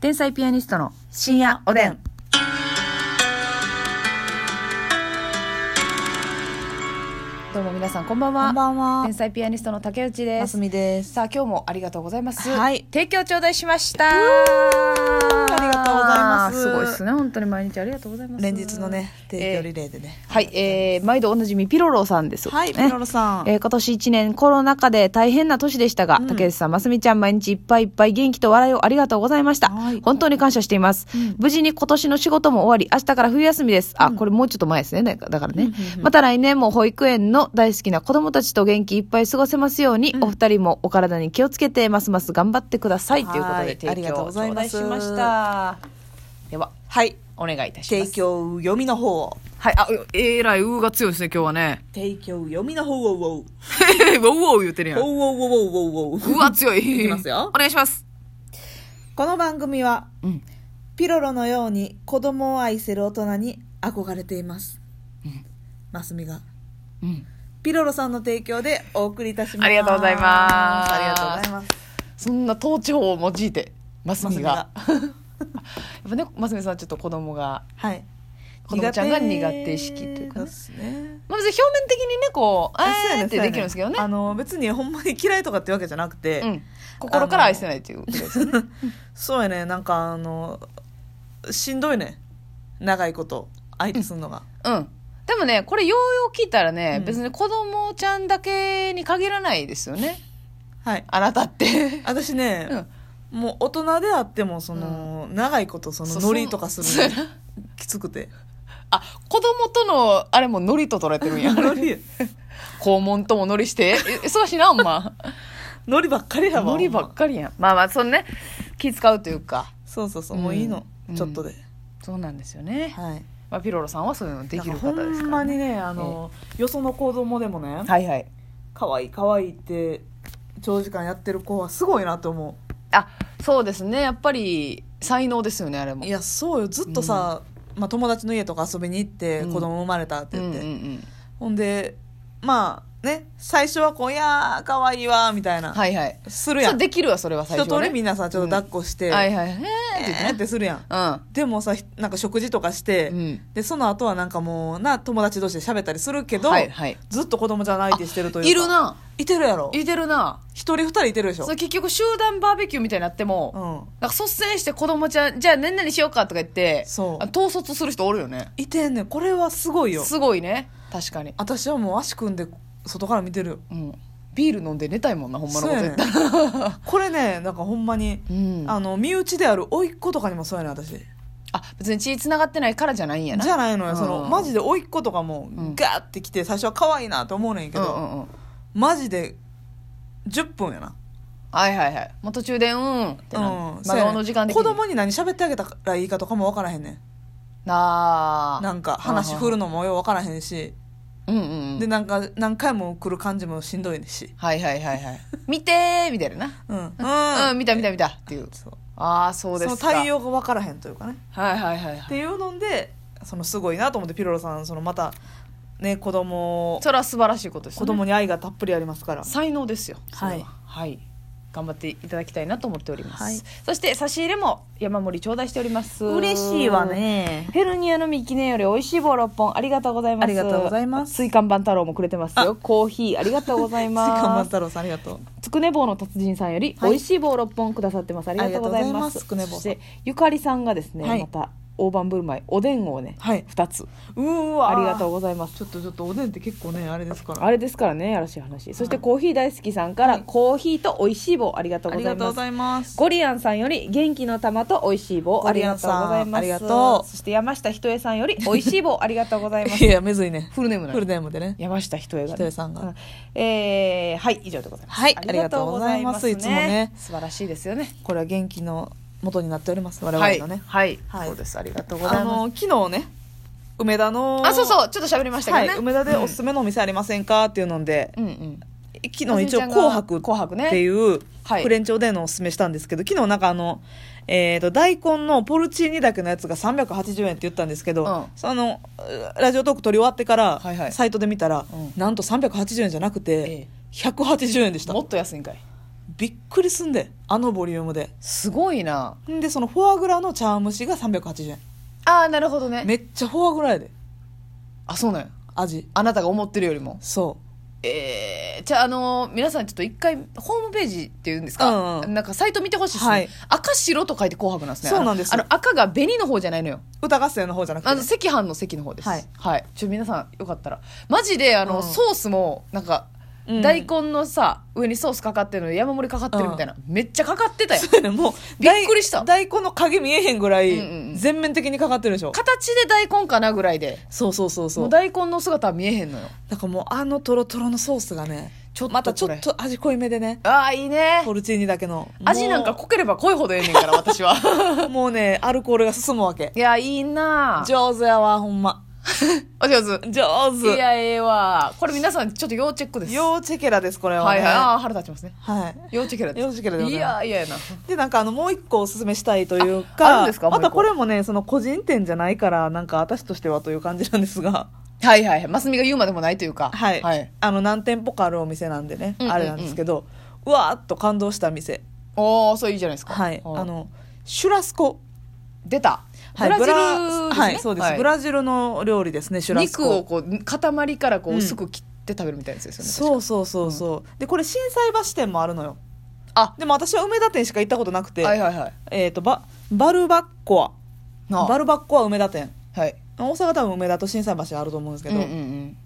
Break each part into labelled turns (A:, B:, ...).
A: 天才ピアニストの
B: 深夜おでん。
A: どうも皆さんこんばんは
B: こんばんは
A: 天。才ピアニストの竹内で
B: ますすみです。
A: さあ今日もありがとうございます、
B: はい
A: 提供頂戴しましたあ
B: りがとうございます
A: すごいですね本当に毎日ありがとうございます
B: 連日のね、提供リレーでね。
A: はい、えー、毎度おなじみピロロさんです。
B: はい、
A: ね
B: ピロロさん。
A: えー今年1年コロナ禍で大変な年でしたが、竹内さん、ますみちゃん、毎日いっぱいいっぱい元気と笑いをありがとうございました。
B: はい
A: 本当に感謝しています、無事に今年の仕事も終わり、明日から冬休みです。あ、これもうちょっと前ですね。なんかだからね。また来年も保育園の大好きな子供たちと元気いっぱい過ごせますように、お二人もお体に気をつけて、ますます頑張ってください。ということ
B: は
A: で、
B: い
A: 提
B: ありが
A: 供
B: と
A: を
B: うご
A: 頂
B: ざいま
A: 戴
B: す
A: しました。では、
B: はい。
A: お願いいたしま
B: 提
A: す。。
B: 供読みの方を。
A: はい、あ、うえらい、うーが強いですね、今日はね。
B: 提供読みの方を。おう
A: えウォウウォウ言ってるやん。
B: おうおうおうおうおう。
A: うわ、強い。
B: いきますよ
A: お願いします。
B: この番組は、
A: うん
B: ピロロのように子供を愛せる大人に憧れています。マスミが。
A: うん。
B: ピロロさんの提供でお送りいたします。
A: ありがとうございます
B: ありがとうございます。
A: そんな統治法を用いて、マスミが。や
B: マ
A: っぱね、マスミさんはちょっと子供が、
B: はい。
A: 子供ちゃんが苦手意識というかね
B: 苦手ですね。
A: まあ別に表面的にね、こう、
B: そうや
A: あ
B: ね
A: ーってできるんですけどね
B: そうや。あの別にほんまに嫌いとかってわけじゃなくて、
A: うん。心から愛してないっていうことですよね。
B: そうやねなんかあのしんどいね長いこと相手すんのが、
A: うん。でもね、これようよう聞いたらね、
B: うん
A: 別に子供ちゃんだけに限らないですよね。
B: はい
A: あなたって。
B: 私ね、
A: うん
B: もう大人であってもその、長い ことその
A: そう
B: ノリとかす
A: そうや
B: る
A: な
B: のきつくて
A: あ、子供との、あれもノリと取れて るんや。
B: ノリ
A: 肛門ともノリして。え忙しいな、ほんま。
B: ノリばっかりやわ
A: ノリばっかりやんまあまあそのね気使うというか
B: そうそうそうもういいの、
A: うん
B: ちょっとで、
A: そうなんですよね、
B: はい
A: まあ、ピロロさんはそういうのできる方
B: なん
A: です
B: ほ
A: か
B: んま
A: ら、ね、
B: にねあの、よその子供でもね
A: はいはい
B: 可愛い可愛いって長時間やってる子はすごいなと思う
A: あそうですねやっぱり才能ですよねあれも
B: いやそうよずっとさ、まあ、友達の家とか遊びに行って
A: うん
B: 子供生まれたって
A: うん
B: 言
A: う
B: っ
A: んう
B: て、
A: ん
B: ほんでまあね最初はこう「いやーかわいいわ」みたいな、
A: はいはい
B: するや
A: そうんできるわそれは最
B: 一
A: 初
B: 通
A: は、
B: り
A: ね、
B: みんなさちょっと抱っこして、
A: はいはいえーって
B: え
A: 言って
B: ーっ
A: ね
B: てするやん
A: う
B: でもさひなんか食事とかして、
A: ん、うん、
B: でその後はなんかもうな友達同士で喋ったりするけど、
A: はいはい
B: ずっと子供ちゃんの相手してるというか
A: いるない
B: てるやろ
A: いてるな
B: 一人二人いてるでしょ
A: それ結局集団バーベキューみたいになっても、
B: うん
A: なんか率先して子供ちゃんじゃあ何々しようかとか言って
B: そう
A: あ統率する人おるよね
B: いてんねんこれはすごいよ
A: すごいね確かに
B: 私はもう足組んで外から見てるよ
A: うん、ビール飲んで寝たいもんなほんまのこと言ったら
B: これねなんかほんまに、
A: うん
B: あの身内である甥っ子とかにもそうやねん私
A: あ別に血繋がってないからじゃないんやな
B: じゃないのよ、
A: うん
B: そのマジで甥っ子とかも
A: ん
B: ガーってきて最初は可愛いなと思うねんけ
A: うんう
B: ど、
A: んうん
B: マジで10分やな
A: はいはいはいもう途中でうんってな、
B: う
A: 真
B: んそうや
A: 顔
B: ねん
A: の時間で
B: 子供に何喋ってあげたらいいかとかも分からへんね
A: なあ
B: んなんか話振るのもよう分からへんし、
A: うんうんうん
B: でなんか何回も来る感じもしんどいし
A: はいはいはい はい見てーみたいなな
B: うん、うん
A: うん、見た見た見たっていう
B: そう
A: ああそう
B: そ
A: です
B: の
A: か
B: 対応が分からへんというかね
A: はいはいはい
B: っ
A: はい
B: ていうのでそのすごいなと思ってピロロさんそのまたね子供を
A: それは素晴らしいことです、ね、
B: 子供に愛がたっぷりありますから
A: 才能ですよそれ
B: はい
A: はい頑張っていただきたいなと思っております、
B: はい
A: そして差し入れも山盛り頂戴しております
B: ね
A: ヘルニアのみ記念より美味しい棒6本ありがとうございます
B: ありがとうございます
A: 水管板太郎もくれてますよコーヒーありがとうござい
B: スイ カマ
A: ま
B: ン
A: す
B: 太郎さんありがとう
A: つくね棒の達人さんより
B: はい
A: 美味しい棒6本くださってます、ありがとうございます
B: ありがとうございます
A: そしてゆかりさんがですね、
B: はい
A: また大盤振る舞いおでんをね、
B: はい
A: 2つ
B: うーわ
A: ありがとう
B: う
A: ございます
B: ちょっとちょっとおでんって結構ねあれですから
A: あれですからねやらしい話そしてコーヒー大好きさんから、コーヒーと美味しい棒ありがとう
B: あ
A: ご
B: り
A: ざ
B: が
A: いま
B: とうご
A: す
B: ざいます
A: ゴリアンさんより元気の玉と美味しい棒
B: ゴ
A: あ
B: リ
A: りが
B: アン
A: とうご
B: さん
A: ざいます
B: ありがとう
A: そして山下ひとえさんより美味しい棒ありがとうございます
B: いやめずいね
A: フルネームなの
B: フルネームでね
A: 山下ひとえがね、
B: ひとえさんが
A: うえーはい以上でございます
B: はいありがとうございます
A: ありがとうござ
B: いつもね
A: 素晴らしいですよね
B: これは元気の元になっております我々のね
A: はい、
B: はい
A: そうですありがとうござ
B: あ
A: います
B: の昨日ね梅田の
A: あそう
B: う
A: そうちょっと喋りましたけどね、
B: はい梅田でおすすめのお店ありませんかっていうので
A: うんうん
B: 昨日一応
A: あすみちゃんが
B: 紅白
A: 紅白ね
B: っていう
A: はい
B: フレンチおでんのおすすめしたんですけど、昨日なんかあの、えー、と大根のポルチーニだけのやつが380円って言ったんですけど、
A: うん
B: そのうラジオトーク撮り終わってから、
A: はいはい
B: サイトで見たら、
A: うん
B: なんと380円じゃなくて、
A: ええ
B: 180円でした
A: もっと安いんかい
B: びっくりすんであのボリュームです
A: ごいな。
B: んでそのフォアグラの茶碗蒸しが380円
A: ああ、なるほどね。
B: めっちゃフォアグラやで
A: あ、そうなんや。
B: 味
A: あなたが思ってるよりも。
B: そ
A: えー、じゃあ、あのー皆さんちょっと一回、ホームページっていうんですか、
B: うんうん
A: なんかサイト見てほしいですね。
B: はい
A: 赤白と書いて紅白なんですね。
B: そうなんです
A: あの、あの赤が紅の方じゃないのよ。
B: う歌合戦の方じゃなくて
A: あ
B: ね、
A: の、赤飯の赤の方です。
B: はい。
A: ちょ、皆さん、よかったら。マジで、あの、
B: うん
A: ソースも、なんか、
B: うん
A: 大根のさ、上にソースかかってるのに山盛りかかってるみたいな。めっちゃかかってたよ。
B: そうやねもう
A: びっくりした
B: 大大根の影見えへんぐらい
A: うんうんうん
B: 全面的にかかってるでしょ、
A: 形で大根かなぐらいで。
B: そうそうそうそ
A: もう
B: う
A: 大根の姿は見えへんのよ。
B: なんかもうあのトロトロのソースがね
A: ちょっと
B: またちょっ
A: こと
B: 味濃いめでね
A: ああ、いいね。
B: ポルチーニだけの
A: 味なんか濃ければ濃いほどええねんから、私は。
B: もうもうねアルコールが進むわけ
A: いや、いいなぁ。
B: 上手やわほんま
A: お上手。
B: 上
A: い
B: 手
A: や、ええわ。これ皆さん、ちょっと要チェックです。
B: ようチェケラですこれは
A: はい
B: ね
A: はい。あ
B: は
A: あ、腹立ちますね。
B: い、
A: 要チェックです。
B: 要チェックだよね
A: いや、いややな。
B: でなんかあのもう一個おすすめしたいという
A: ああ
B: か
A: るんですかもう一
B: ま
A: 個
B: たこれもねその個人店じゃないからなんか私としてはという感じなんですが
A: はいはいはい。ますみが言うまでもないというか。
B: はい、
A: はい。
B: あの何店舗かあるお店なんでね、
A: うんうんうん
B: あれなんですけどうわーっと感動した店
A: おー、そういいじゃないですか。
B: はい
A: うん
B: あ、のシュラスコ
A: 出た。
B: はい
A: ブラジル
B: ブ
A: ですね。
B: はいそうです、ブラジルの料理ですねシュラスコ
A: 肉をこう、塊からこ
B: う
A: う、
B: ん
A: 薄く切って食べるみたいなやつですよね。
B: そうそうそうそう、でこれ心斎橋店もあるのよ
A: あ
B: でも私は梅田店しか行ったことなくて、
A: はいはいはい。
B: えっ、とババルバッコア
A: なあ
B: バルバッコア梅田店
A: はい。
B: 大阪多分梅田と心斎橋あると思うんですけ
A: うん
B: ど、
A: うんうん。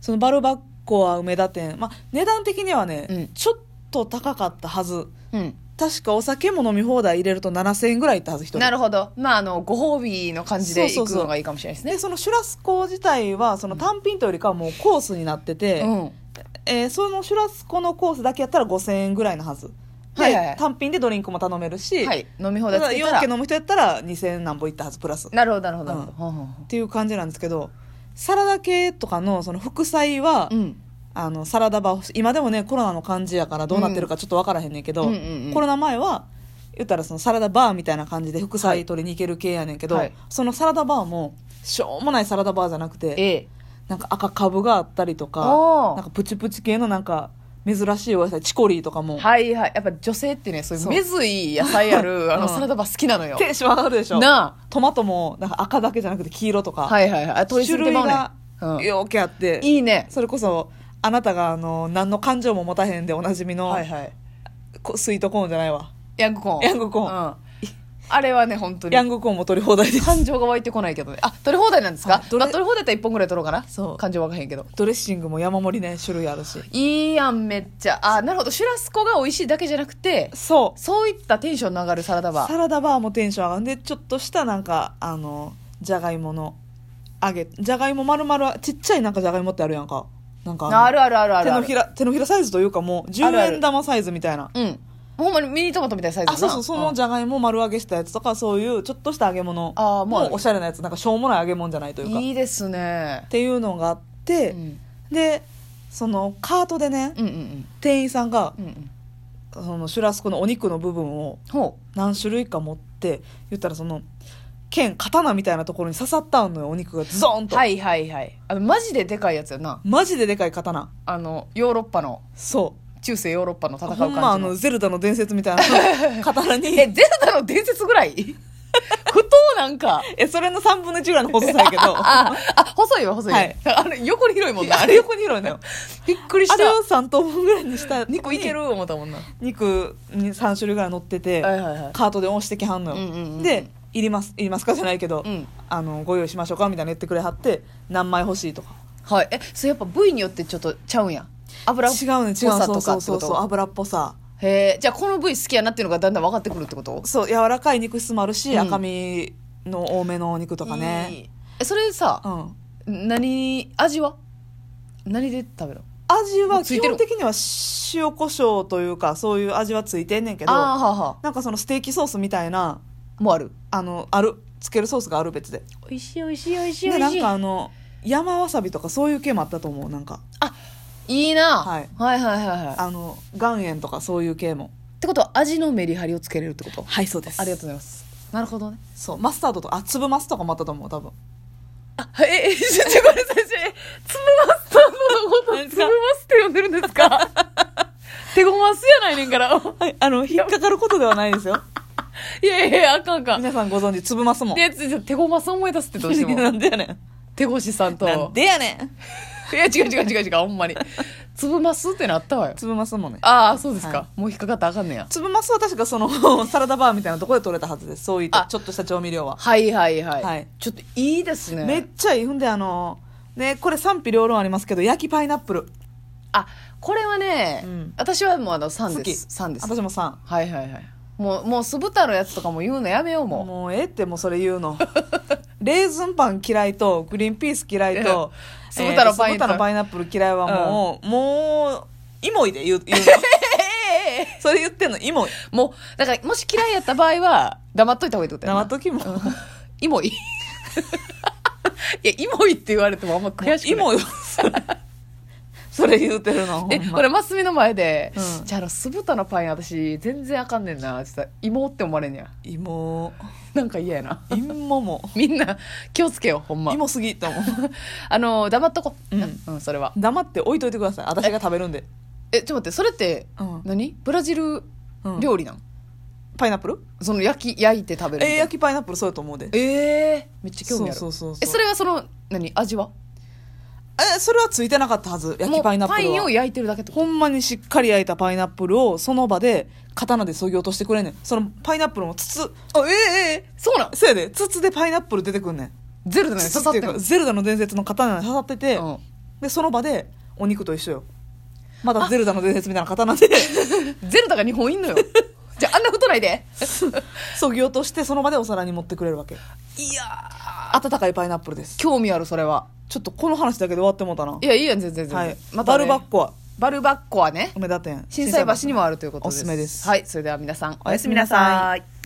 B: そのバルバッコア梅田店、まあ、値段的にはね、
A: うん
B: ちょっと高かったはず
A: うん。
B: 確かお酒も飲み放題入れると7000円ぐらいいったはず一人
A: なるほど。まあ、あの、ご褒美の感じで行くのがいいかもしれないですね。
B: でそのシュラスコ自体はその単品というよりかはもうコースになってて、
A: うん。
B: えーそのシュラスコのコースだけやったら5000円ぐらいのはずで、
A: はいはいはい
B: 単品でドリンクも頼めるし、
A: はい。飲み放
B: だ
A: 題
B: か
A: つ
B: ら
A: けたら
B: 陽気。飲む人やったら2000何本いったはずプラスっ
A: なるほど、なるほど、なるほど。ほうほうほ
B: ていう感じなんですけどサラダ系とかのその副菜は、
A: ううん。
B: あのサラダバー今でもねコロナの感じやからどうなってるかちょっと分からへんねんけ
A: う
B: ど、
A: んうんうん
B: コロナ前は言ったらそのサラダバーみたいな感じで副菜取りに行ける系やねんけど、
A: はい
B: そのサラダバーもしょうもないサラダバーじゃなくて
A: ええ。
B: なんか赤カブがあったりと
A: お
B: か
A: ー
B: なんかプチプチ系のなんか珍しいお野菜チコリーとかも、
A: はいはい。やっぱ女性ってね、そういう
B: そう
A: 目ずい野菜ある、あ
B: う
A: の、
B: ん
A: サラダバー好きなのよ。
B: テンション上がるでしょ
A: な
B: トマトもなんか赤だけじゃなくて黄色とか、
A: あ。はいはいはい。あ、取り
B: 種
A: すぎて
B: 類
A: まうね
B: が。
A: うん
B: よーけあって、
A: いいね。
B: それこそあなたがあの何の感情も持たへんでおなじみの、
A: はいはい。
B: こスイートコーンじゃないわ
A: ヤングコーン。
B: ヤングコーン
A: うん。あれはね、本当に
B: ヤ。ングコーンも取り放題です
A: 感情が湧いてこないけどね。あ、取り放題なんですか、
B: はいどれ
A: まあ取り放題やったら1本ぐらい取ろうかな。
B: そう
A: 感情湧かへんけど。
B: ドレッシングも山盛りね種類あるし
A: いいやん、めっちゃ。あ、なるほど。シュラスコが美味しいだけじゃなくて、
B: そう
A: そういったテンションの上がるサラダバー。
B: サラダバーもテンション上がるんでちょっとしたなんかあのじゃがいもの揚げじゃがいも丸々ちっちゃいなんかじゃがいもってあるやんかなんか
A: あ
B: の
A: るあるあるあるある。
B: 手のひら手のひらサイズというかもう
A: あるある
B: 10円玉サイズみたいな
A: うん。ほんまにミニトマトみたいなサイズ
B: あ
A: だ
B: そう
A: な
B: そうその
A: ん
B: じゃがいも丸揚げしたやつとかそういうちょっとした揚げ物
A: あーもうある
B: もうおしゃれなやつなんかしょうもない揚げ物じゃないというかっ
A: いいですね。
B: ていうのがあっ
A: う
B: て、
A: ん。
B: でそのカートでね、
A: うんうん
B: 店員さんが
A: うん。うんうん。
B: そのシュラスコのお肉の部分を
A: ほ
B: 何種類か持って言ったらその剣刀みたいなところに刺さったのよお肉がズドン
A: う。
B: と、
A: はいはいはい。あの、マジででかいやつやな。
B: マジででかい刀
A: あの、ヨーロッパの、
B: そう
A: 中世ヨーロッパの戦う
B: ほ
A: 感じ
B: んま
A: の。
B: あのゼルダの伝説みたい な刀
A: え、
B: に
A: ゼルダの伝説ぐらい 不当なんか。
B: えそれの3分の1ぐらいの細さやけど
A: あ、あ、細いわ、細いわ。
B: はい
A: あの、横に広いもんな。
B: あ
A: あ
B: れ
A: れ、
B: 横にいるのよ
A: びっくり
B: あ
A: し
B: れを
A: た。
B: 3等分ぐらいにした
A: 2個いける思ったもんな。
B: 肉に3種類ぐらい乗ってて、
A: はいはいはい。
B: カートで押してきはんのよ、
A: うんうんうんうん
B: で「いりますいりますか?」じゃないけど、
A: うん
B: あの「ご用意しましょうか?」みたいなの言ってくれはって何枚欲しいとか
A: はい。え、それやっぱ部位によってちょっとちゃうんや。油っぽ
B: 違うね違う
A: さ
B: そ
A: と
B: う
A: か
B: そ
A: っ
B: う
A: て
B: そ
A: こ
B: う
A: と
B: そう油っぽさ
A: へえ、じゃあこの部位好きやなっていうのがだんだん分かってくるってこと
B: そう柔らかい肉質もあるし、
A: うん
B: 赤身の多めのお肉とかね
A: いいえ、それさ
B: う、ん
A: 何、味は何で食べるの
B: 味
A: も
B: は
A: うつい
B: 基
A: てる
B: 本的には塩コショウというかそういう味はついてんねんけど
A: あ
B: な
A: あ、はあは
B: んかそのステーキソースみたいな
A: あ。もうある。
B: あのあるつけるソースがある別で
A: 美味しい美味しい美味し
B: でなんかあの山わさびとかそういう系もあったと思うなんか
A: いいな、
B: はい
A: はいはいはいはいっ
B: あの岩塩とかそういう系も
A: てことは味のメリハリをつけれるってこと
B: はいそうです
A: ありがとうございますなるほどね
B: そうマスタードとかあ粒マスとかもあったと思う多分
A: あええちょちょごめんなさいちょえ粒マスタードのこと
B: 何です
A: 粒
B: か
A: マスって呼んでるんですか手ごますやないねんから。
B: はい、あの、引っかかることではないですよ。
A: いやいやいや、あかんあかん。
B: 皆さんご存知、つぶますもん。
A: で、つ手ごます思い出すってどうして
B: な
A: も。
B: んでやねん。
A: 手越さんと。
B: なんでやねん。
A: いや、違う違う違う違う、ほんまに。つぶますってなったわよ。
B: つぶますもんね。
A: ああ、そうですか。
B: は
A: もう引っかかったらあかんねや。
B: つぶますは確かその、 サラダバーみたいなところで取れたはずです。そういった
A: あ
B: ちょっとした調味料は。
A: はいはいはい。
B: はい
A: ちょっといいですね。
B: めっちゃいい。ほんで、あの、ね、これ賛否両論ありますけど、焼きパイナップル。
A: あ、これはね、
B: うん
A: 私はもうあの3
B: 好
A: で
B: き。
A: す。3です。
B: 私も3。
A: はいはいはい。もう、もう酢豚のやつとかも言うのやめようもう。
B: もうええってもうそれ言うの レーズンパン嫌いとグリーンピース嫌いと
A: 酢豚のパイ
B: えー酢豚のパイナップル嫌いはもう、もうイモイで言う 言うのそれ言ってんのイモイ
A: もう、だから、もし嫌いやった場合は、黙っといた方がいいってことや
B: 生
A: な。
B: っときも
A: イモイ。 いや、イモイって言われてもあんま悔しくない。
B: イモイそれ言うてるのほん
A: え、
B: ま
A: これ、マスミの前で、
B: うん
A: じゃあ、あの、酢豚のパイン私、全然あかんねんな。ちょっと、芋って思われんねや。
B: イモ
A: なんか嫌やな。
B: イモも
A: みんな、気をつけよう、ほんま
B: イ。モすぎと思う
A: あの、黙っとこう。
B: うん
A: うん、うん、それは。
B: 黙って置いといてください私が食べるんで、
A: え、ちょっと待って、それって、
B: うん
A: 何ブラジル
B: うん
A: 料理なん、
B: パイナップル
A: その、焼き、焼いて食べるみた
B: えー
A: いな。
B: 焼きパイナップルそうやと思うで
A: えーめっちゃ興味ある。
B: そうそうそうそう
A: え、それがその、何味は
B: えそれはついてなかったはず焼きパイナ
A: もう
B: ップルは
A: パインを焼いてるだけってこと
B: ほんまにしっかり焼いたパイナップルをその場で刀で削ぎ落としてくれんねんそのパイナップルも筒あえええ
A: そうなん
B: えせやで筒でパイナップル出てくんねん
A: ゼルダの刺
B: 筒
A: さ
B: っ
A: ってて
B: いう
A: る
B: かゼルダの伝説の刀に刺さってて、
A: うん
B: でその場でお肉と一緒よまだゼルダの伝説みたいな 刀で
A: ゼルダが2本いんのよ じゃああんなことないで
B: 削ぎ落としてその場でお皿に持ってくれるわけ
A: いやー
B: 温かいパイナップルです
A: 興味あるそれは
B: ちょっとこの話だけで終わってもうたない
A: やいいやん全然全然、
B: はい、
A: また、
B: バ
A: ね、
B: ルバッコは
A: バルバッコはね
B: 梅田店
A: 震災橋にもあるということです
B: おすすめです
A: はいそれでは皆さん
B: お
A: お
B: や
A: や
B: す
A: す
B: み
A: み
B: な
A: な
B: さい
A: さい